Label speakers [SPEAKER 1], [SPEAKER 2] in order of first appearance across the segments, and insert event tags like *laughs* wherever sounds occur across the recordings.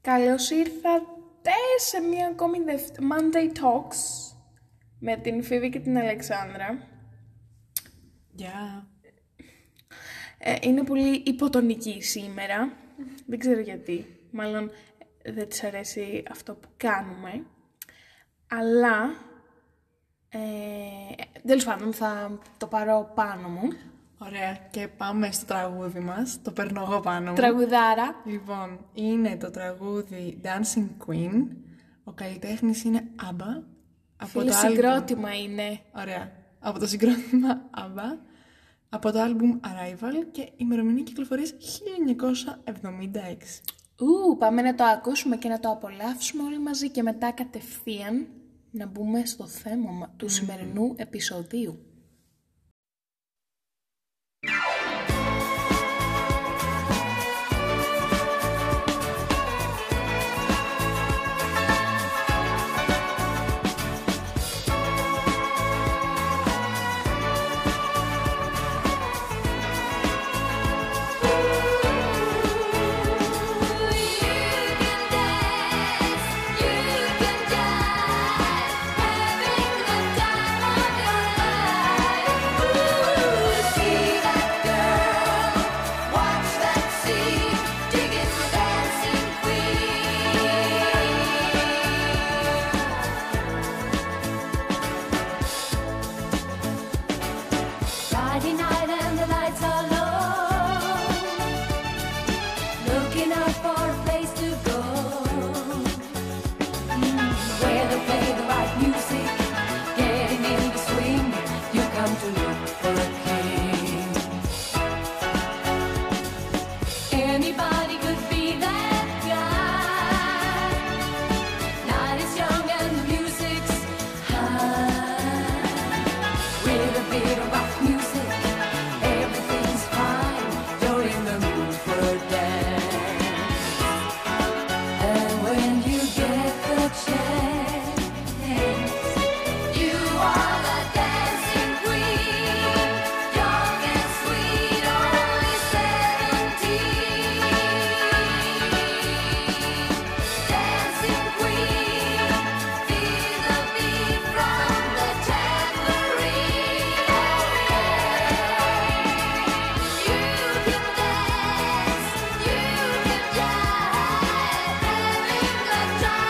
[SPEAKER 1] Καλώς ήρθατε σε μία ακόμη δευ- Monday Talks με την Φίβη και την Αλεξάνδρα.
[SPEAKER 2] Γεια.
[SPEAKER 1] Ε, είναι πολύ υποτονική σήμερα. Δεν ξέρω γιατί. Μάλλον ε, δεν της αρέσει αυτό που κάνουμε. Αλλά... Ε, τέλος πάντων, θα το πάρω πάνω μου.
[SPEAKER 2] Ωραία. Και πάμε στο τραγούδι μας. Το παίρνω εγώ πάνω μου.
[SPEAKER 1] Τραγουδάρα.
[SPEAKER 2] Λοιπόν, είναι το τραγούδι Dancing Queen. Ο καλλιτέχνης είναι ABBA. Από
[SPEAKER 1] Φίλε,
[SPEAKER 2] το άλμπουμ-
[SPEAKER 1] συγκρότημα είναι.
[SPEAKER 2] Ωραία. Από το συγκρότημα ABBA. Από το άλμπουμ Arrival και ημερομηνία κυκλοφορίας 1976.
[SPEAKER 1] Ου, πάμε να το ακούσουμε και να το απολαύσουμε όλοι μαζί και μετά κατευθείαν να μπούμε στο θέμα μα- του σημερινού επεισοδίου.
[SPEAKER 3] You can dance, you can dance, having the time of your life. see that girl, watch that scene, dig into dancing queen. Friday night and the lights are low. Looking out for a place to go Mm, Where they play the right music Getting in the swing You come to look for a king Anybody could be that guy Night is young and the music's high with a bit of rock music, everything's fine. You're in the mood for a dance. And when you get the chance, you are the dancing queen. Young and sweet, only seventeen. Dancing queen, feel the beat from the tambourine. You can dance, you can jive, having the time of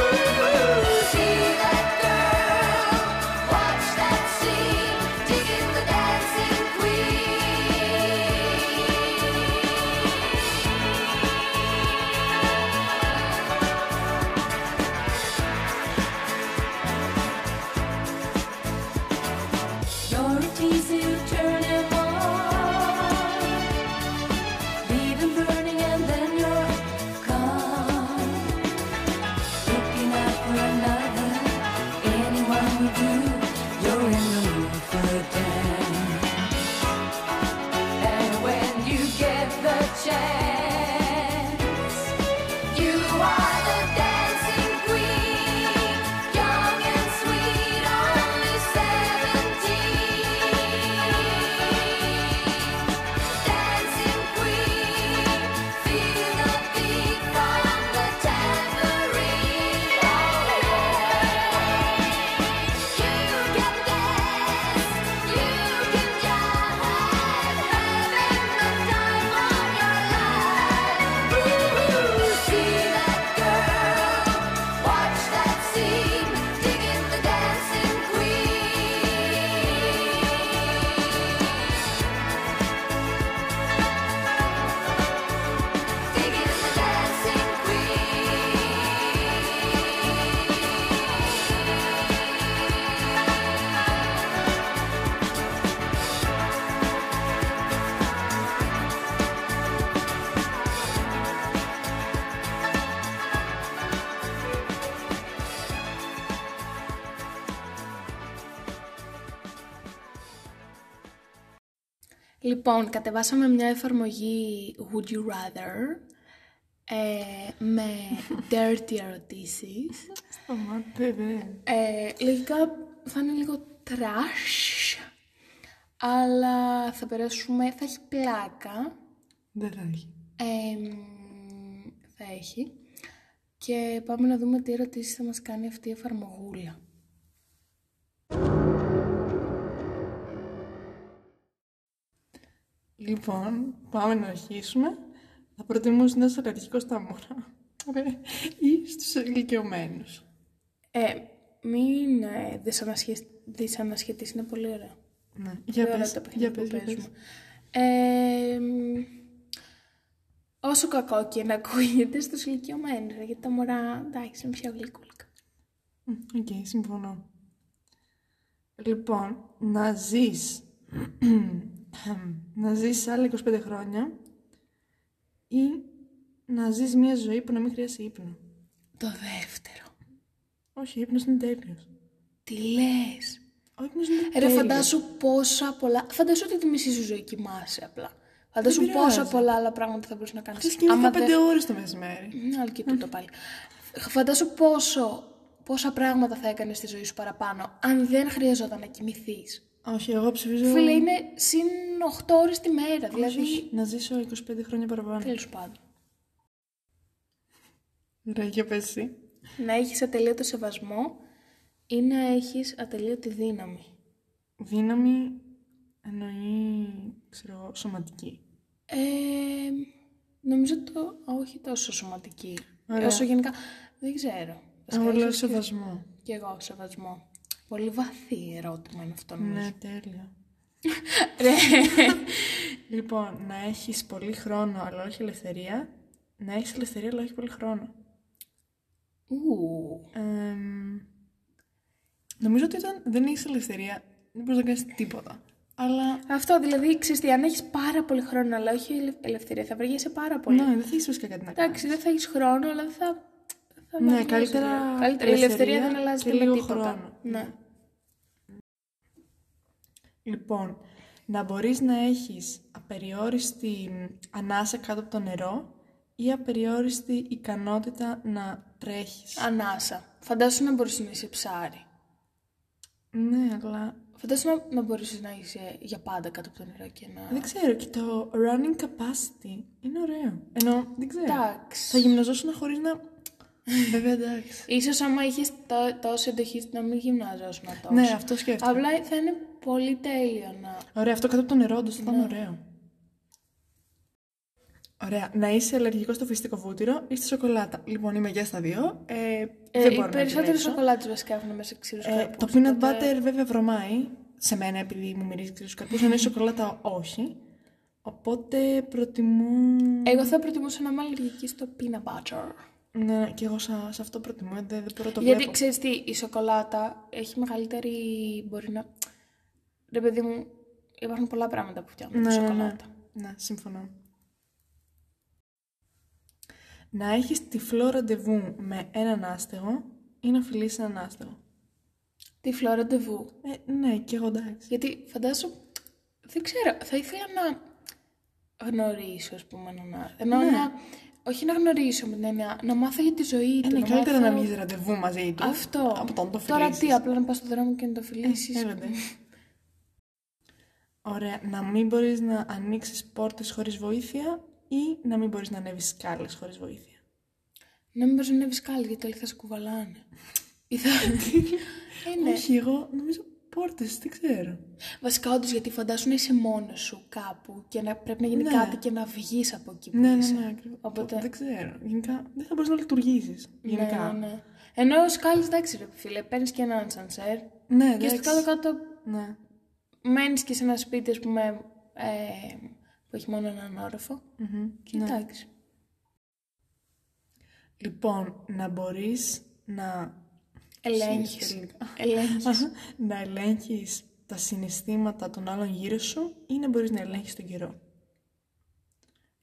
[SPEAKER 3] your life. See that girl, watch that scene, dig in the dancing queen. You're a teaser, turn him on. Leave him burning and then you're gone. Looking out for another, anyone would do. You're in the mood for a dance. And when you get the chance, you are the dancing queen, young and sweet, only seventeen. Dancing queen, feel the beat from the Oh, tambourine. You can dance, you can jive, having the time of your life. See that girl, watch that scene, dig in the dancing queen. Dig in the dancing queen.
[SPEAKER 1] Λοιπόν, κατεβάσαμε μια εφαρμογή Would You Rather ε, με dirty ερωτήσεις.
[SPEAKER 2] Σταμάτε, δε.
[SPEAKER 1] Ε, λογικά θα είναι λίγο trash, αλλά θα περάσουμε, θα έχει πλάκα.
[SPEAKER 2] Δεν θα έχει.
[SPEAKER 1] Εμ, θα έχει. Και πάμε να δούμε τι ερωτήσεις θα μας κάνει αυτή η εφαρμογούλα.
[SPEAKER 2] Λοιπόν, πάμε να αρχίσουμε. Θα προτιμούσε να είσαι αλλεργικό στα μωρά ε, ή στους ηλικιωμένους.
[SPEAKER 1] Ε, μην ε, δυσανασχε- δυσανασχετείς, είναι πολύ ωραία.
[SPEAKER 2] Ναι. Για
[SPEAKER 1] Πολύ ωραία
[SPEAKER 2] πες,
[SPEAKER 1] τα
[SPEAKER 2] για
[SPEAKER 1] παιχνίδια
[SPEAKER 2] πες,
[SPEAKER 1] που
[SPEAKER 2] για πες.
[SPEAKER 1] παίζουμε. Ε, μ, όσο κακό και να ακούγεται στους ηλικιωμένους, ρε, γιατί τα μωρά, εντάξει, είναι πιο γλυκούλικα.
[SPEAKER 2] Μμ, Οκ, συμφωνώ. Λοιπόν, να ζεις, *clears throat* να ζεις άλλα 25 χρόνια ή να ζεις μια ζωή που να μην χρειάζεται ύπνο.
[SPEAKER 1] Το δεύτερο.
[SPEAKER 2] Όχι, ύπνος είναι τέλειος.
[SPEAKER 1] Τι λες.
[SPEAKER 2] Ο ύπνος είναι
[SPEAKER 1] Ρε,
[SPEAKER 2] τέλειος.
[SPEAKER 1] φαντάσου πόσα πολλά. Φαντάσου ότι τη μισή σου ζωή κοιμάσαι απλά. Φαντάσου
[SPEAKER 2] πειράζει.
[SPEAKER 1] πόσα πολλά άλλα πράγματα θα μπορούσε να κάνεις.
[SPEAKER 2] Ξέρεις, κοιμήθηκα πέντε ώρες το μεσημέρι.
[SPEAKER 1] Ναι, αλλά και τούτο πάλι. Φαντάσου πόσο, πόσα πράγματα θα έκανες στη ζωή σου παραπάνω, αν δεν χρειαζόταν να κοιμηθείς.
[SPEAKER 2] Όχι, εγώ ψηφίζω...
[SPEAKER 1] Φίλε, είναι συν 8 ώρες τη μέρα.
[SPEAKER 2] όχι,
[SPEAKER 1] Δηλαδή.
[SPEAKER 2] Να ζήσω 25 χρόνια παραπάνω.
[SPEAKER 1] Τέλος πάντων.
[SPEAKER 2] Ρε, για πες εσύ.
[SPEAKER 1] Να έχεις ατελείωτο σεβασμό ή να έχεις ατελείωτη δύναμη.
[SPEAKER 2] Δύναμη εννοεί, ξέρω, εγώ, σωματική.
[SPEAKER 1] Ε, νομίζω το. α, Όχι τόσο σωματική.
[SPEAKER 2] Ωραία.
[SPEAKER 1] Όσο γενικά. Δεν ξέρω.
[SPEAKER 2] Εγώ λέω
[SPEAKER 1] Βασικά,
[SPEAKER 2] σεβασμό.
[SPEAKER 1] Και εγώ σεβασμό. Πολύ βαθύ ερώτημα είναι αυτό νομίζω. Ε,
[SPEAKER 2] Ναι, τέλεια. λοιπόν, να έχεις πολύ χρόνο αλλά όχι ελευθερία. Να έχεις ελευθερία αλλά όχι πολύ χρόνο.
[SPEAKER 1] Ου,
[SPEAKER 2] Εμ, νομίζω ότι όταν δεν έχεις ελευθερία δεν μπορείς να κάνεις τίποτα. Αλλά
[SPEAKER 1] Αυτό δηλαδή, ξέρεις τι, αν έχεις πάρα πολύ χρόνο αλλά όχι ελε- ελευθερία, θα βαριέσαι πάρα πολύ.
[SPEAKER 2] ναι, δεν θα έχεις βασικά κάτι να κάνεις.
[SPEAKER 1] Εντάξει, δεν θα έχεις χρόνο, αλλά θα... θα
[SPEAKER 2] Ναι,
[SPEAKER 1] βαριέσαι.
[SPEAKER 2] καλύτερα,
[SPEAKER 1] καλύτερα. Η ελευθερία δεν αλλάζεται
[SPEAKER 2] και
[SPEAKER 1] με
[SPEAKER 2] λίγο
[SPEAKER 1] τίποτα.
[SPEAKER 2] χρόνο.
[SPEAKER 1] Ναι.
[SPEAKER 2] Λοιπόν, να μπορείς να έχεις απεριόριστη ανάσα κάτω από το νερό ή απεριόριστη ικανότητα να τρέχεις.
[SPEAKER 1] Ανάσα. Φαντάσου να μπορείς να είσαι ψάρι.
[SPEAKER 2] Ναι, αλλά
[SPEAKER 1] Φαντάσου να, να μπορείς να είσαι για πάντα κάτω από το νερό και να...
[SPEAKER 2] δεν ξέρω. Και το running capacity είναι ωραίο. Ενώ δεν ξέρω.
[SPEAKER 1] Εντάξει.
[SPEAKER 2] Θα γυμναζόσουν χωρίς να. Βέβαια, εντάξει.
[SPEAKER 1] Ίσως άμα είχες τό- τόση εντοχή να μην γυμνάζεσαι να τόσο.
[SPEAKER 2] *laughs* Ναι, αυτό σκέφτομαι.
[SPEAKER 1] Απλά θα είναι πολύ τέλειο να...
[SPEAKER 2] Ωραία, αυτό κάτω από το νερό, όντως θα ήταν ωραίο. Ωραία. Να είσαι αλλεργικός στο φυσικό βούτυρο ή στη σοκολάτα. Λοιπόν, είμαι για στα δύο. Ε,
[SPEAKER 1] Ε,
[SPEAKER 2] δεν μπορώ
[SPEAKER 1] οι
[SPEAKER 2] να
[SPEAKER 1] περισσότερε
[SPEAKER 2] επιλέξω.
[SPEAKER 1] σοκολάτες βασικά έχουν μέσα ξύρου
[SPEAKER 2] Ε, το peanut butter βέβαια βρωμάει σε μένα επειδή μου μυρίζει ξύλους καρπούς, ενώ η σοκολάτα όχι. Οπότε προτιμώ...
[SPEAKER 1] Εγώ θα προτιμούσα να είμαι αλλεργική στο peanut butter.
[SPEAKER 2] Ναι, και εγώ σε, σε αυτό προτιμώ, δεν, δεν μπορώ να το
[SPEAKER 1] Γιατί
[SPEAKER 2] βλέπω.
[SPEAKER 1] ξέρεις τι, η σοκολάτα έχει μεγαλύτερη. μπορεί να. Ρε παιδί μου, υπάρχουν πολλά πράγματα που φτιάχνουν τη
[SPEAKER 2] Ναι, ναι, ναι.
[SPEAKER 1] σοκολάτα.
[SPEAKER 2] ναι, συμφωνώ. Να έχεις τυφλό ραντεβού με έναν άστεγο ή να φιλήσεις έναν άστεγο.
[SPEAKER 1] Τι φλό ραντεβού.
[SPEAKER 2] Ε, ναι, και εγώ εντάξει.
[SPEAKER 1] Γιατί φαντάζομαι. Δεν ξέρω, θα ήθελα να γνωρίσω, ας πούμε, να. Ενώ
[SPEAKER 2] Ναι.
[SPEAKER 1] να. Όχι να γνωρίσω με την έννοια, να μάθω για τη ζωή του.
[SPEAKER 2] Ε, ναι,
[SPEAKER 1] να
[SPEAKER 2] καλύτερα να
[SPEAKER 1] μάθω-
[SPEAKER 2] μην ραντεβού μαζί του.
[SPEAKER 1] Αυτό.
[SPEAKER 2] Από το να το
[SPEAKER 1] Τώρα
[SPEAKER 2] φιλήσεις.
[SPEAKER 1] τι, απλά να πας στον δρόμο και να το φιλήσεις.
[SPEAKER 2] Έλατε. Ωραία. Να μην μπορείς να ανοίξεις πόρτες χωρίς βοήθεια ή να μην μπορείς να ανέβεις σκάλες χωρίς βοήθεια.
[SPEAKER 1] Να μην μπαζονεύει κάλλη, γιατί όλοι θα σε κουβαλάνε. Ή
[SPEAKER 2] *laughs*
[SPEAKER 1] θα. Ε, ναι.
[SPEAKER 2] Όχι, εγώ νομίζω πόρτες, δεν ξέρω.
[SPEAKER 1] Βασικά, όντως, γιατί φαντάσου να είσαι μόνος σου κάπου και να πρέπει να γίνει
[SPEAKER 2] Ναι.
[SPEAKER 1] κάτι και να βγεις από εκεί που
[SPEAKER 2] Ναι, ναι,
[SPEAKER 1] είσαι.
[SPEAKER 2] ναι, ακριβώς.
[SPEAKER 1] Οπότε-
[SPEAKER 2] Δεν ξέρω. Γενικά δεν θα μπορείς να λειτουργήσεις. Γενικά.
[SPEAKER 1] Ναι, ναι, ναι. Ενώ σκάλει, εντάξει, ρε φίλε, παίρνεις και έναν σανσέρ.
[SPEAKER 2] Ναι,
[SPEAKER 1] Και στο
[SPEAKER 2] εντάξει.
[SPEAKER 1] κάτω-κάτω
[SPEAKER 2] Ναι.
[SPEAKER 1] μένεις και σε ένα σπίτι, ας πούμε, ε, που έχει μόνο έναν όροφο.
[SPEAKER 2] Μμμ.
[SPEAKER 1] Και
[SPEAKER 2] Ναι.
[SPEAKER 1] εντάξει.
[SPEAKER 2] Λοιπόν, να μπορείς να...
[SPEAKER 1] Ελέγχεις.
[SPEAKER 2] Συναισθηματικά.
[SPEAKER 1] Ελέγχεις.
[SPEAKER 2] *laughs* να ελέγχεις τα συναισθήματα των άλλων γύρω σου ή να μπορείς να ελέγχεις τον καιρό.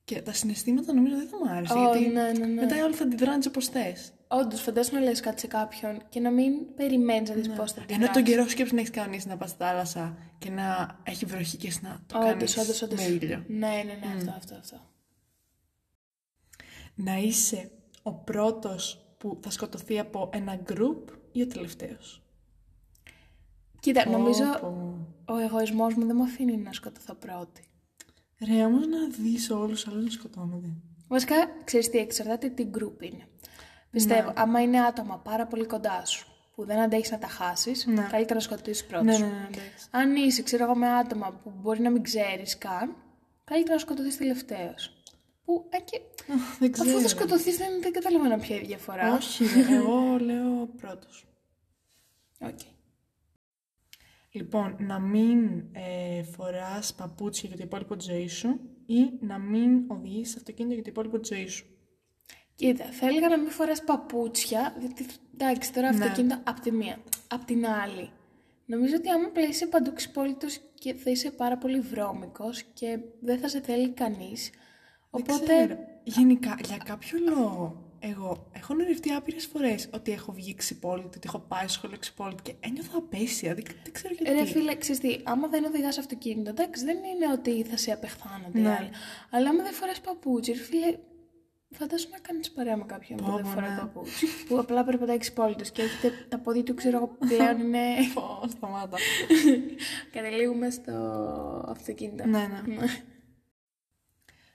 [SPEAKER 2] Και τα συναισθήματα νομίζω δεν θα μου άρεσε,
[SPEAKER 1] Ω,
[SPEAKER 2] γιατί
[SPEAKER 1] ναι, ναι, ναι.
[SPEAKER 2] μετά όλοι θα αντιδράνε όπως θες.
[SPEAKER 1] Όντως, φαντάσου να λες κάτι σε κάποιον και να μην περιμένεις να δεις πώς θα την
[SPEAKER 2] Ναι. Ενώ τον καιρό σκέψου να έχεις κάνει να πας στη θάλασσα και να έχει βροχή και εσύ να το
[SPEAKER 1] Όντως,
[SPEAKER 2] κάνεις
[SPEAKER 1] όντως, όντως.
[SPEAKER 2] με ήλιο.
[SPEAKER 1] Ναι, ναι, ναι, αυτό, αυτό, αυτό.
[SPEAKER 2] Να είσαι ο πρώτος που θα σκοτωθεί από ένα group ή ο τελευταίος.
[SPEAKER 1] Κοίτα, νομίζω
[SPEAKER 2] Πω, πω.
[SPEAKER 1] ο εγωισμός μου δεν με αφήνει να σκοτωθώ πρώτη.
[SPEAKER 2] Ρε, όμως να δεις όλους τους άλλους να σκοτώνονται.
[SPEAKER 1] Βασικά, ξέρεις τι, εξαρτάται τι group είναι.
[SPEAKER 2] Ναι.
[SPEAKER 1] Πιστεύω, άμα είναι άτομα πάρα πολύ κοντά σου που δεν αντέχεις να τα χάσεις,
[SPEAKER 2] Ναι.
[SPEAKER 1] καλύτερα να σκοτήσει πρώτος.
[SPEAKER 2] Ναι, ναι, ναι, εντάξει.
[SPEAKER 1] Αν είσαι, ξέρω εγώ, με άτομα που μπορεί να μην ξέρεις καν, καλύτερα να σκοτωθείς τελευταίος. Που, α, και...
[SPEAKER 2] Δεν ξέρω.
[SPEAKER 1] Αφού θα σκοτωθείς, δεν, δεν καταλαβαίνω ποια είναι η διαφορά.
[SPEAKER 2] Όχι, εγώ λέω πρώτος.
[SPEAKER 1] Οκ.
[SPEAKER 2] Λοιπόν, να μην ε, φοράς παπούτσια για το υπόλοιπο της ζωής σου ή να μην οδηγείς αυτοκίνητο για το υπόλοιπο της ζωής σου.
[SPEAKER 1] Κοίτα, θα έλεγα να μην φοράς παπούτσια, διότι εντάξει, τώρα
[SPEAKER 2] Ναι.
[SPEAKER 1] αυτοκίνητα από τη μία. Απ' την άλλη, νομίζω ότι άμα πλέον είσαι παντού ξυπόλυτο και θα είσαι πάρα πολύ βρώμικος και δεν θα σε θέλει κανείς.
[SPEAKER 2] Δεν
[SPEAKER 1] Οπότε.
[SPEAKER 2] ξέρω. Γενικά, για κάποιο λόγο, εγώ έχω νοηρευτεί άπειρες φορές ότι έχω βγει ξυπόλυτη, ότι έχω πάει σχολείο ξυπόλυτη και ένιωθα απέσια. Δεν, δεν ξέρω γιατί.
[SPEAKER 1] Ρε φίλε, ξέρεις τι, άμα δεν οδηγάς αυτοκίνητο, εντάξει, δεν είναι ότι θα σε απεχθάνονται οι
[SPEAKER 2] Ναι.
[SPEAKER 1] άλλοι. Αλλά άμα δεν φοράς παπούτσι, ρε φίλε, φαντάσου να κάνεις παρέα με κάποιον που
[SPEAKER 2] Πω,
[SPEAKER 1] δεν
[SPEAKER 2] πω,
[SPEAKER 1] φοράει
[SPEAKER 2] ναι.
[SPEAKER 1] παπούτσι. που απλά περπατάει ξυπόλυτο και έχετε τα πόδια του, ξέρω εγώ, πλέον
[SPEAKER 2] *laughs*
[SPEAKER 1] είναι
[SPEAKER 2] Πω, σταμάτα.
[SPEAKER 1] Καταλήγουμε στο αυτοκίνητο.
[SPEAKER 2] Ναι, ναι.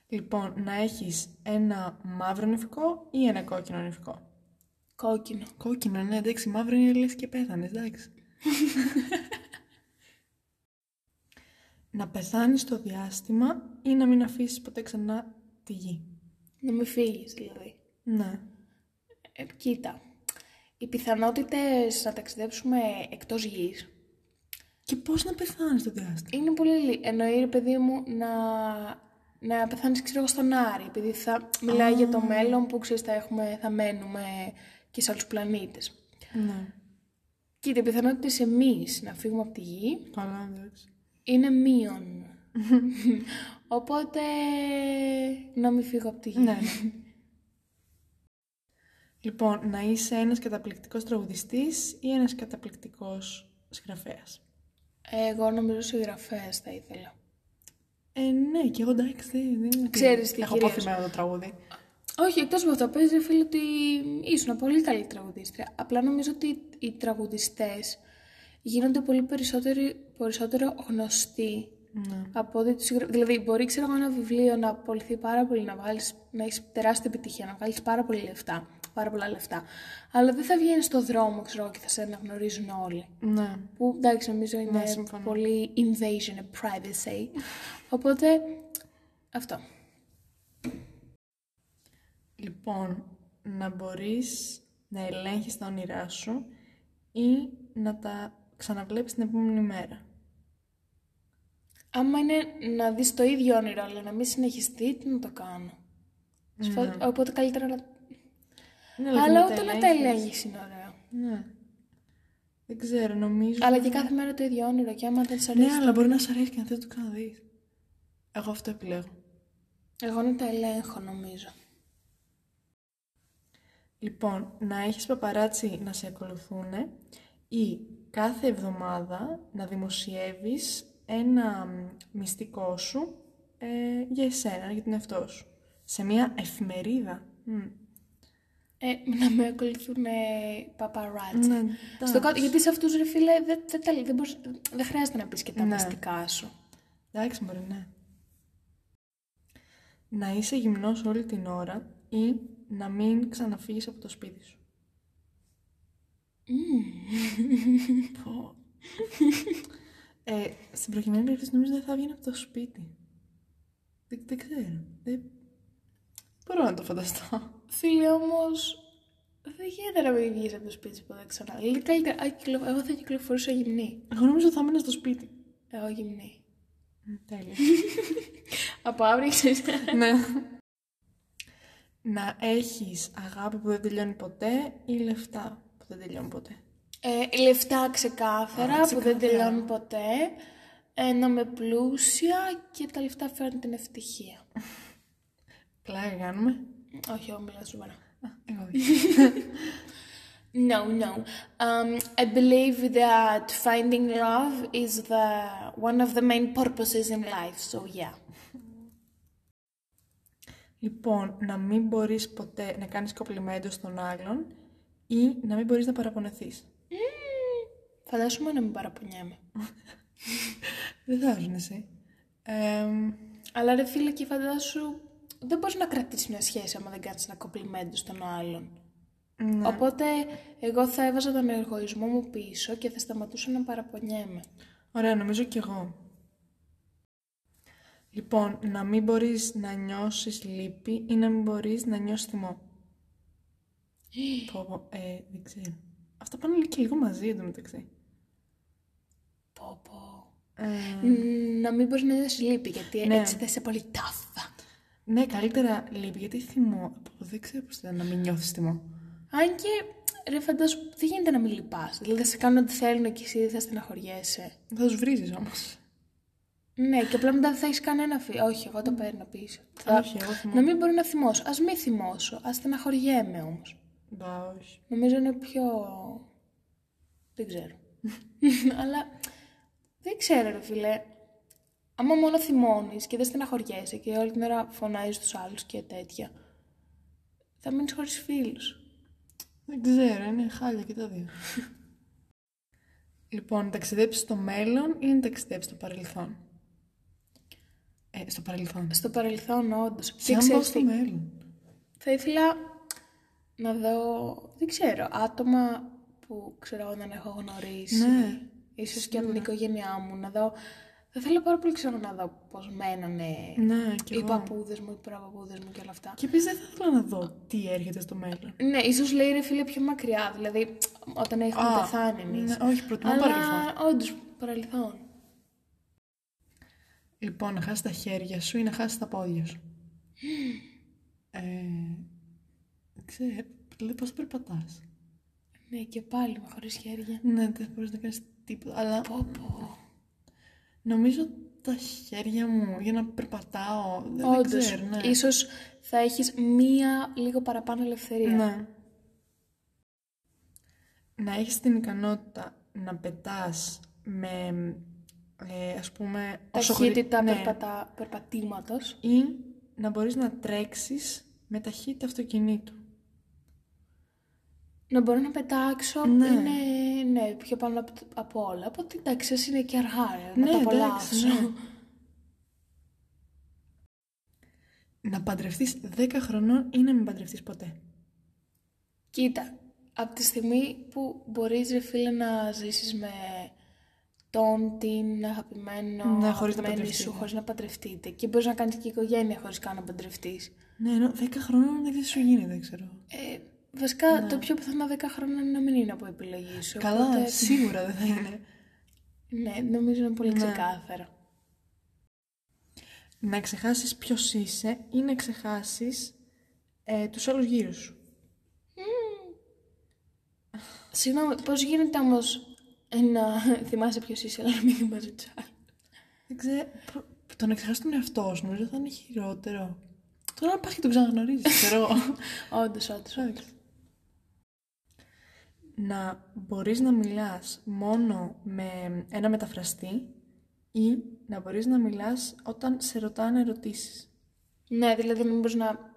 [SPEAKER 2] λοιπόν, να έχεις ένα μαύρο νηφικό ή ένα κόκκινο νηφικό.
[SPEAKER 1] Κόκκινο.
[SPEAKER 2] Κόκκινο, ναι, εντάξει, μαύρο είναι λες και πέθανες, εντάξει. *laughs* να πεθάνεις το διάστημα ή να μην αφήσεις ποτέ ξανά τη γη.
[SPEAKER 1] Να μην φύγεις, δηλαδή.
[SPEAKER 2] Ναι.
[SPEAKER 1] Ε, κοίτα. Οι πιθανότητες να ταξιδέψουμε εκτός γης
[SPEAKER 2] Και πώς να πεθάνεις το διάστημα.
[SPEAKER 1] είναι πολύ λίγε. Εννοεί, ρε παιδί μου, να, να πεθάνεις, ξέρω εγώ, στον Άρη. Επειδή θα μιλάει για το μέλλον που ξέρεις, θα, έχουμε, θα μένουμε και σε άλλους πλανήτες.
[SPEAKER 2] Ναι.
[SPEAKER 1] Κοίτα, οι πιθανότητες εμείς να φύγουμε από τη γη
[SPEAKER 2] Καλά, εντάξει.
[SPEAKER 1] είναι
[SPEAKER 2] *laughs*
[SPEAKER 1] μείον. Οπότε να μην φύγω από τη γη.
[SPEAKER 2] Ναι. λοιπόν, να είσαι ένας καταπληκτικός τραγουδιστής ή ένας καταπληκτικός συγγραφέας.
[SPEAKER 1] Εγώ νομίζω συγγραφέας θα ήθελα.
[SPEAKER 2] Ε, ναι, και εγώ εντάξει, δεν είναι... ότι
[SPEAKER 1] Ξέρεις τι,
[SPEAKER 2] Έχω
[SPEAKER 1] κυρίως.
[SPEAKER 2] πάθει με το τραγούδι.
[SPEAKER 1] Όχι, εκτός από αυτό, παίζει φίλε ότι ήσουν πολύ καλή τραγουδίστρια. Απλά νομίζω ότι οι τραγουδιστές γίνονται πολύ περισσότεροι, περισσότερο γνωστοί
[SPEAKER 2] Ναι.
[SPEAKER 1] από ότι του συγγραφεί. Δηλαδή, μπορεί ξέρω εγώ ένα βιβλίο να απολυθεί πάρα πολύ, να, βάλεις, να έχεις τεράστια επιτυχία, να βγάλεις πάρα πολύ λεφτά. Πάρα πολλά λεφτά. Αλλά δεν θα βγαίνεις στον δρόμο, ξέρω εγώ, και θα σε αναγνωρίζουν όλοι.
[SPEAKER 2] Ναι.
[SPEAKER 1] Που εντάξει, νομίζω είναι
[SPEAKER 2] Ναι, συμφωνώ.
[SPEAKER 1] πολύ invasion of privacy. Οπότε, αυτό.
[SPEAKER 2] Λοιπόν, να μπορείς να ελέγχεις τα όνειρά σου ή να τα ξαναβλέπεις την επόμενη μέρα.
[SPEAKER 1] Άμα είναι να δεις το ίδιο όνειρο, αλλά να μην συνεχιστεί, τι να το κάνω. Σφα- Οπότε καλύτερα να...
[SPEAKER 2] Ναι,
[SPEAKER 1] αλλά
[SPEAKER 2] και
[SPEAKER 1] ούτε να τα
[SPEAKER 2] ελέγχεις.
[SPEAKER 1] ελέγχεις είναι ωραίο.
[SPEAKER 2] Ναι. Δεν ξέρω, νομίζω...
[SPEAKER 1] Αλλά και κάθε μέρα το ίδιο όνειρο και άμα δεν σ' αρέσει...
[SPEAKER 2] Ναι, αλλά μπορεί να σ' αρέσει και να θες να το ξαναδείς. Εγώ αυτό επιλέγω.
[SPEAKER 1] Εγώ να τα ελέγχω νομίζω.
[SPEAKER 2] Λοιπόν, να έχεις παπαράτσι να σε ακολουθούν ή κάθε εβδομάδα να δημοσιεύεις ένα μ, μυστικό σου ε, για εσένα, για τον εαυτό σου. Σε μια εφημερίδα. Μμ.
[SPEAKER 1] Ε, να με ακολουθούν ε, παπαράτσι.
[SPEAKER 2] Ναι,
[SPEAKER 1] Στο
[SPEAKER 2] εντάξει.
[SPEAKER 1] κάτω, γιατί σε αυτούς ρε φίλε δεν, δεν, τα- δεν, μπορείς- δεν χρειάζεται να πεις και τα
[SPEAKER 2] Ναι.
[SPEAKER 1] μυστικά σου.
[SPEAKER 2] Εντάξει, μπορεί, ναι. Να είσαι γυμνός όλη την ώρα ή να μην ξαναφύγεις από το σπίτι σου. Πω. ε, στην προκειμένη περίπτωση νομίζω δεν θα βγαίνει από το σπίτι. Δεν, δεν ξέρω. Δεν... Μπορώ να το φανταστώ.
[SPEAKER 1] Φίλε όμως... Δεν γίνεται να μην βγεις από το σπίτι σου ποτέ ξανά. Δηλαδή, Καλύτερα, α, κυκλο- εγώ θα κυκλοφορούσα γυμνή.
[SPEAKER 2] Εγώ νομίζω θα μείνω στο σπίτι.
[SPEAKER 1] Εγώ γυμνή.
[SPEAKER 2] Τέλεια.
[SPEAKER 1] Από αύριο ξέρεις.
[SPEAKER 2] ναι. Να έχεις αγάπη που δεν τελειώνει ποτέ ή λεφτά που δεν τελειώνει ποτέ.
[SPEAKER 1] Ε, λεφτά ξεκάθαρα που δεν τελειώνουν ποτέ. Ε, να είμαι πλούσια και τα λεφτά φέρνουν την ευτυχία.
[SPEAKER 2] Πλάκα κάνουμε.
[SPEAKER 1] Όχι, εγώ μιλάω σοβαρά.
[SPEAKER 2] Α, Εγώ όχι.
[SPEAKER 1] No, no. Um, I believe that finding love is the one of the main purposes in life. So yeah.
[SPEAKER 2] λοιπόν, να μην μπορείς ποτέ να κάνεις κοπλιμέντο στον άλλον ή να μην μπορείς να παραπονεθείς.
[SPEAKER 1] Φαντάζομαι να μην παραπονιάμαι.
[SPEAKER 2] Δεν θα έρθουν εσύ. Ε,
[SPEAKER 1] Αλλά ρε φίλε και φαντάσου δεν μπορείς να κρατήσεις μια σχέση άμα δεν κάνει ένα κομπλιμέντο στον άλλον.
[SPEAKER 2] Ναι.
[SPEAKER 1] Οπότε εγώ θα έβαζα τον εγωισμό μου πίσω και θα σταματούσα να παραπονιέμαι.
[SPEAKER 2] Ωραία, νομίζω κι εγώ. Λοιπόν, να μην μπορείς να νιώσεις λύπη ή να μην μπορείς να νιώσεις θυμό. πω, πω, ε, δεν ξέρω. Αυτά πάνε και λίγο μαζί εντωμεταξύ.
[SPEAKER 1] Πω, πω.
[SPEAKER 2] Ε,
[SPEAKER 1] Να μην μπορείς να νιώσεις λύπη, γιατί
[SPEAKER 2] Ναι.
[SPEAKER 1] έτσι θα είσαι πολύ τάφα.
[SPEAKER 2] ναι, καλύτερα λύπη, γιατί θυμό. Πω, πω, δεν ξέρω πώς ήταν να μην νιώθεις θυμό.
[SPEAKER 1] Αν και ρε φαντάσου, δεν γίνεται να μην λυπάς. Δηλαδή θα σε κάνουν ό,τι θέλουν και εσύ θα στεναχωριέσαι.
[SPEAKER 2] Θα τους βρίζεις όμως.
[SPEAKER 1] Ναι, και απλά μετά δεν θα έχεις κανένα φίλο. Όχι, εγώ τα παίρνω πίσω. Θα...
[SPEAKER 2] Όχι, εγώ θυμό.
[SPEAKER 1] Να μην μπορεί να θυμώσω. Ας μην θυμώσω. Ας στεναχωριέμαι όμως.
[SPEAKER 2] Μπα, όχι.
[SPEAKER 1] Νομίζω είναι πιο. Δεν ξέρω. Αλλά δεν ξέρω, ρε φίλε. Άμα μόνο θυμώνεις και δεν στεναχωριέσαι και όλη την ώρα φωνάζεις τους άλλους και τέτοια, θα μείνεις χωρίς φίλους.
[SPEAKER 2] Δεν ξέρω, είναι χάλια και τα δύο. λοιπόν, ταξιδέψεις στο μέλλον ή να ταξιδέψεις στο παρελθόν. Ε, στο παρελθόν.
[SPEAKER 1] Στο παρελθόν, όντως.
[SPEAKER 2] Και αν πάω στο μέλλον.
[SPEAKER 1] Θα ήθελα να δω, δεν ξέρω, άτομα που ξέρω εγώ δεν έχω γνωρίσει.
[SPEAKER 2] Ναι.
[SPEAKER 1] Ίσως και από την οικογένειά μου να δω. Θα ήθελα πάρα πολύ ξέρω να δω πώς μένανε
[SPEAKER 2] Ναι, και
[SPEAKER 1] οι
[SPEAKER 2] εγώ.
[SPEAKER 1] παππούδες μου, οι πραπαππούδες μου και όλα αυτά.
[SPEAKER 2] Και επίσης δεν θα ήθελα να δω τι έρχεται στο μέλλον.
[SPEAKER 1] Ναι, ίσως λέει ρε φίλε πιο μακριά, δηλαδή όταν έχουμε
[SPEAKER 2] Α,
[SPEAKER 1] πεθάνει εμείς.
[SPEAKER 2] ναι, όχι, προτιμώ
[SPEAKER 1] Αλλά,
[SPEAKER 2] παρελθόν.
[SPEAKER 1] όντως, παρελθόν.
[SPEAKER 2] Λοιπόν, να χάσει τα χέρια σου ή να χάσεις τα πόδια *gasps* σου. ε, δεν ξέρω, δηλαδή πώς περπατάς.
[SPEAKER 1] Ναι, και πάλι με χωρίς χέρια.
[SPEAKER 2] Ναι, δεν μπορείς να κάνεις τίποτα. Αλλά
[SPEAKER 1] Πω, πω.
[SPEAKER 2] νομίζω τα χέρια μου για να περπατάω. Δεν, δεν
[SPEAKER 1] Όντως,
[SPEAKER 2] ξέρω, ναι.
[SPEAKER 1] ίσως θα έχεις μία λίγο παραπάνω ελευθερία.
[SPEAKER 2] Ναι. Να έχεις την ικανότητα να πετάς με, ε, ας πούμε... όσο χρει-
[SPEAKER 1] ταχύτητα
[SPEAKER 2] ναι.
[SPEAKER 1] περπατά, περπατήματος.
[SPEAKER 2] Ή να μπορείς να τρέξεις με ταχύτητα αυτοκινήτου.
[SPEAKER 1] Να μπορώ να πετάξω
[SPEAKER 2] Ναι.
[SPEAKER 1] είναι ναι, πιο πάνω από, από όλα. Οπότε εντάξει, ας είναι και αργά, ρε, να
[SPEAKER 2] Ναι,
[SPEAKER 1] τα
[SPEAKER 2] εντάξει,
[SPEAKER 1] απολαύσω.
[SPEAKER 2] ναι. Να παντρευτείς 10 χρονών ή να μην παντρευτείς ποτέ.
[SPEAKER 1] Κοίτα, από τη στιγμή που μπορείς ρε φίλε να ζήσεις με τον, την αγαπημένο,
[SPEAKER 2] Ναι, χωρίς να
[SPEAKER 1] αγαπημένη
[SPEAKER 2] παντρευτείτε.
[SPEAKER 1] σου, χωρίς να παντρευτείτε. Και μπορείς να κάνεις και οικογένεια χωρίς καν να παντρευτείς.
[SPEAKER 2] Ναι, ενώ 10 χρονών δεν σου γίνεται, δεν ξέρω.
[SPEAKER 1] Ε, βασικά το πιο πιθανό 10 χρόνια είναι να μην είναι από επιλογή σου.
[SPEAKER 2] Ναι. Καλά,
[SPEAKER 1] οπότε,
[SPEAKER 2] σίγουρα δεν θα
[SPEAKER 1] *laughs*
[SPEAKER 2] είναι.
[SPEAKER 1] ναι, νομίζω είναι πολύ
[SPEAKER 2] Ναι.
[SPEAKER 1] ξεκάθαρα.
[SPEAKER 2] να ξεχάσεις ποιος είσαι ή να ξεχάσεις ε, τους άλλους γύρω σου.
[SPEAKER 1] Συγγνώμη, πώς γίνεται όμως ε, να *laughs* θυμάσαι ποιος είσαι, αλλά να μην θυμάσαι τους άλλους.
[SPEAKER 2] Δεν ξέρω. π- Το να ξεχάσεις τον εαυτό σου νομίζω θα είναι χειρότερο. Τώρα να πας και τον ξαναγνωρίζεις, ξέρω εγώ.
[SPEAKER 1] Όντως, όντως, όντως.
[SPEAKER 2] Εντάξει. *laughs* να μπορείς να μιλάς μόνο με ένα μεταφραστή ή να μπορείς να μιλάς όταν σε ρωτάνε ερωτήσεις.
[SPEAKER 1] Ναι, δηλαδή μην μπορείς να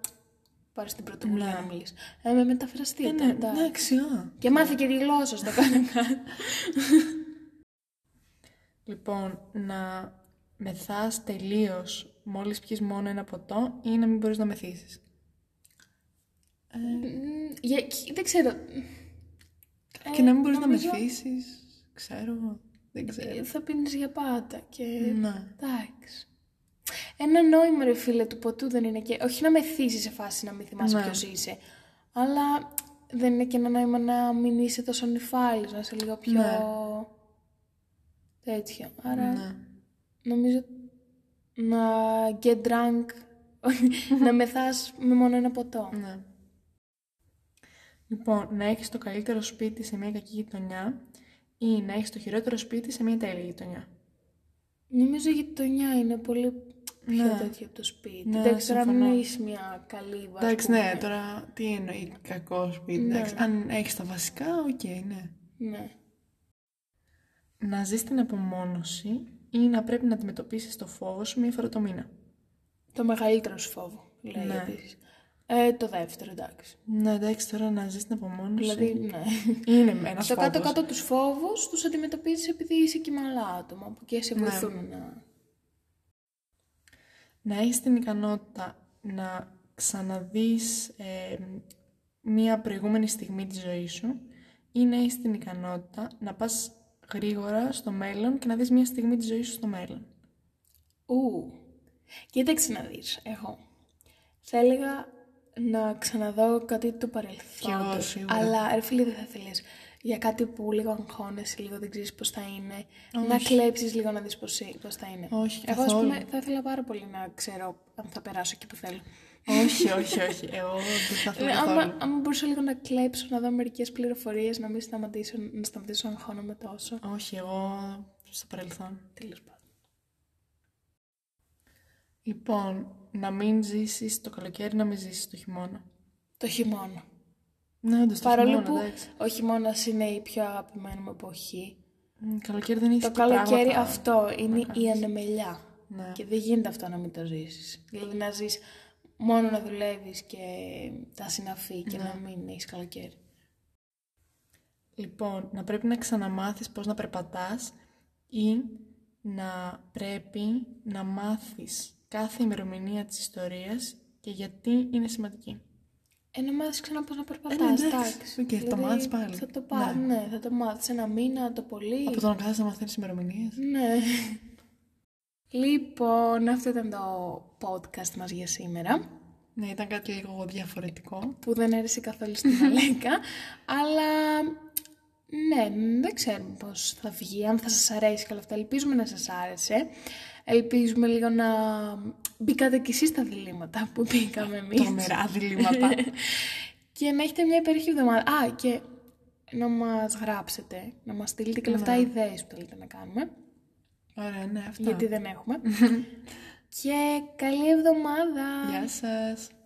[SPEAKER 1] πάρεις την πρωτοβουλία
[SPEAKER 2] Ναι.
[SPEAKER 1] να μιλήσεις. Ε, με μεταφραστή
[SPEAKER 2] Ε,
[SPEAKER 1] ήταν,
[SPEAKER 2] ναι,
[SPEAKER 1] εντάξει.
[SPEAKER 2] εντάξει, α.
[SPEAKER 1] Και μάθε και τη γλώσσα στο κάνω κάτι.
[SPEAKER 2] Λοιπόν, να μεθάς τελείως μόλις πιείς μόνο ένα ποτό ή να μην μπορείς να μεθύσεις.
[SPEAKER 1] Μ, για- κι- δεν ξέρω.
[SPEAKER 2] και να μην μπορείς
[SPEAKER 1] νομίζω-
[SPEAKER 2] να μεθύσεις, ξέρω εγώ. Δεν ξέρω.
[SPEAKER 1] Ε, Θα πίνεις για πάντα και...
[SPEAKER 2] Ναι.
[SPEAKER 1] Εντάξει. Ένα νόημα ρε φίλε του ποτού δεν είναι και... Όχι να με θύσεις σε φάση να μην θυμάσαι
[SPEAKER 2] Ναι.
[SPEAKER 1] ποιος είσαι. Αλλά δεν είναι και ένα νόημα να μην είσαι τόσο νυφάλιος, να είσαι λίγο πιο...
[SPEAKER 2] Ναι.
[SPEAKER 1] Τέτοιο. Άρα...
[SPEAKER 2] Ναι.
[SPEAKER 1] Νομίζω να get drunk, *laughs* να μεθάς με μόνο ένα ποτό.
[SPEAKER 2] Ναι. Λοιπόν, να έχεις το καλύτερο σπίτι σε μια κακή γειτονιά ή να έχεις το χειρότερο σπίτι σε μια τέλεια γειτονιά.
[SPEAKER 1] Νομίζω η γειτονιά είναι πολύ πιο
[SPEAKER 2] Ναι.
[SPEAKER 1] τέτοιο από το σπίτι.
[SPEAKER 2] Ναι,
[SPEAKER 1] Δεν ξέρω αν
[SPEAKER 2] συμφωνώ.
[SPEAKER 1] είσαι μια καλή βάση.
[SPEAKER 2] Εντάξει, ναι, τώρα τι εννοεί κακό σπίτι.
[SPEAKER 1] Ναι.
[SPEAKER 2] Εντάξει, αν έχεις τα βασικά, οκ, ναι.
[SPEAKER 1] Ναι.
[SPEAKER 2] Να ζεις την απομόνωση ή να πρέπει να αντιμετωπίσεις το φόβο σου μία φορά το μήνα.
[SPEAKER 1] Το μεγαλύτερο σου φόβο, λέει
[SPEAKER 2] Ναι.
[SPEAKER 1] επίσης. Ε, το δεύτερο, εντάξει.
[SPEAKER 2] Ναι, εντάξει, τώρα να ζεις την απομόνωση.
[SPEAKER 1] Δηλαδή, ναι.
[SPEAKER 2] είναι ένας
[SPEAKER 1] Στο
[SPEAKER 2] φόβος.
[SPEAKER 1] κάτω-κάτω τους φόβους τους αντιμετωπίζεις επειδή είσαι και με άλλα
[SPEAKER 2] Ναι.
[SPEAKER 1] άτομα που και σε βοηθούν να...
[SPEAKER 2] Να έχεις την ικανότητα να ξαναδείς ε, μία προηγούμενη στιγμή της ζωής σου ή να έχεις την ικανότητα να πας γρήγορα στο μέλλον και να δεις μία στιγμή της ζωής σου στο μέλλον.
[SPEAKER 1] Ου. Κοίταξε να δεις, εγώ. Θα έλεγα να ξαναδώ κάτι του
[SPEAKER 2] Κι εγώ,
[SPEAKER 1] παρελθόντος.
[SPEAKER 2] σίγουρα.
[SPEAKER 1] Αλλά ρε φίλε δεν θα θέλεις για κάτι που λίγο αγχώνεσαι, λίγο δεν ξέρεις πώς θα είναι. Να κλέψεις λίγο να δεις πώς, ε- πώς θα είναι.
[SPEAKER 2] Όχι,
[SPEAKER 1] Εγώ ας
[SPEAKER 2] καθόλου.
[SPEAKER 1] πούμε θα ήθελα πάρα πολύ να ξέρω αν θα περάσω εκεί που θέλω.
[SPEAKER 2] όχι, όχι, όχι. Εγώ δεν θα θέλω
[SPEAKER 1] Ναι,
[SPEAKER 2] Ε, καθόλου.
[SPEAKER 1] άμα, άμα μπορούσα λίγο να κλέψω, να δω μερικές πληροφορίες, να μην σταματήσω, να σταματήσω να αγχώνομαι τόσο.
[SPEAKER 2] Όχι, εγώ στο παρελθόν.
[SPEAKER 1] Τέλος πάντων.
[SPEAKER 2] Λοιπόν, να μην ζήσεις το καλοκαίρι, να μην ζήσεις το χειμώνα.
[SPEAKER 1] Το χειμώνα.
[SPEAKER 2] Ναι, όντως, το
[SPEAKER 1] Παρόλο
[SPEAKER 2] χειμώνα,
[SPEAKER 1] που
[SPEAKER 2] εντάξει.
[SPEAKER 1] ο χειμώνας είναι η πιο αγαπημένη μου εποχή.
[SPEAKER 2] Μ, Καλοκαίρι δεν έχεις
[SPEAKER 1] Το
[SPEAKER 2] και
[SPEAKER 1] καλοκαίρι
[SPEAKER 2] πράγματα.
[SPEAKER 1] αυτό είναι η ανεμελιά.
[SPEAKER 2] Ναι.
[SPEAKER 1] Και δεν γίνεται αυτό να μην το ζήσεις. Δηλαδή να ζεις μόνο να δουλεύεις και τα συναφή
[SPEAKER 2] Ναι.
[SPEAKER 1] και να μην έχεις καλοκαίρι.
[SPEAKER 2] Λοιπόν, να πρέπει να ξαναμάθεις πώς να περπατάς ή να πρέπει να μάθεις κάθε ημερομηνία της ιστορίας και γιατί είναι σημαντική.
[SPEAKER 1] Ε, να μάθεις ξανά πώς να περπατά.
[SPEAKER 2] Ε, ναι, εντάξει. Οκ, θα το μάθεις πάλι.
[SPEAKER 1] Θα το πά... ναι. θα το μάθεις ένα μήνα το πολύ.
[SPEAKER 2] Από το να κάθεσαι να μαθαίνεις ημερομηνίες.
[SPEAKER 1] Ναι. *laughs* Λοιπόν, αυτό ήταν το podcast μας για σήμερα.
[SPEAKER 2] Ναι, ήταν κάτι λίγο διαφορετικό.
[SPEAKER 1] που δεν έρεσε καθόλου στην Αλέκα. αλλά ναι, δεν ξέρουμε πώς θα βγει, αν θα σας αρέσει και όλα αυτά. Ελπίζουμε να σας άρεσε. Ελπίζουμε λίγο να μπήκατε κι εσείς στα διλήμματα που μπήκαμε εμείς.
[SPEAKER 2] Τρομερά διλήμματα.
[SPEAKER 1] και να έχετε μια υπέροχη εβδομάδα. Α, και να μας γράψετε, να μας στείλετε και όλα αυτά ιδέες που θέλετε να κάνουμε.
[SPEAKER 2] Ωραία, ναι, αυτά.
[SPEAKER 1] Γιατί δεν έχουμε. και καλή εβδομάδα!
[SPEAKER 2] Γεια σας.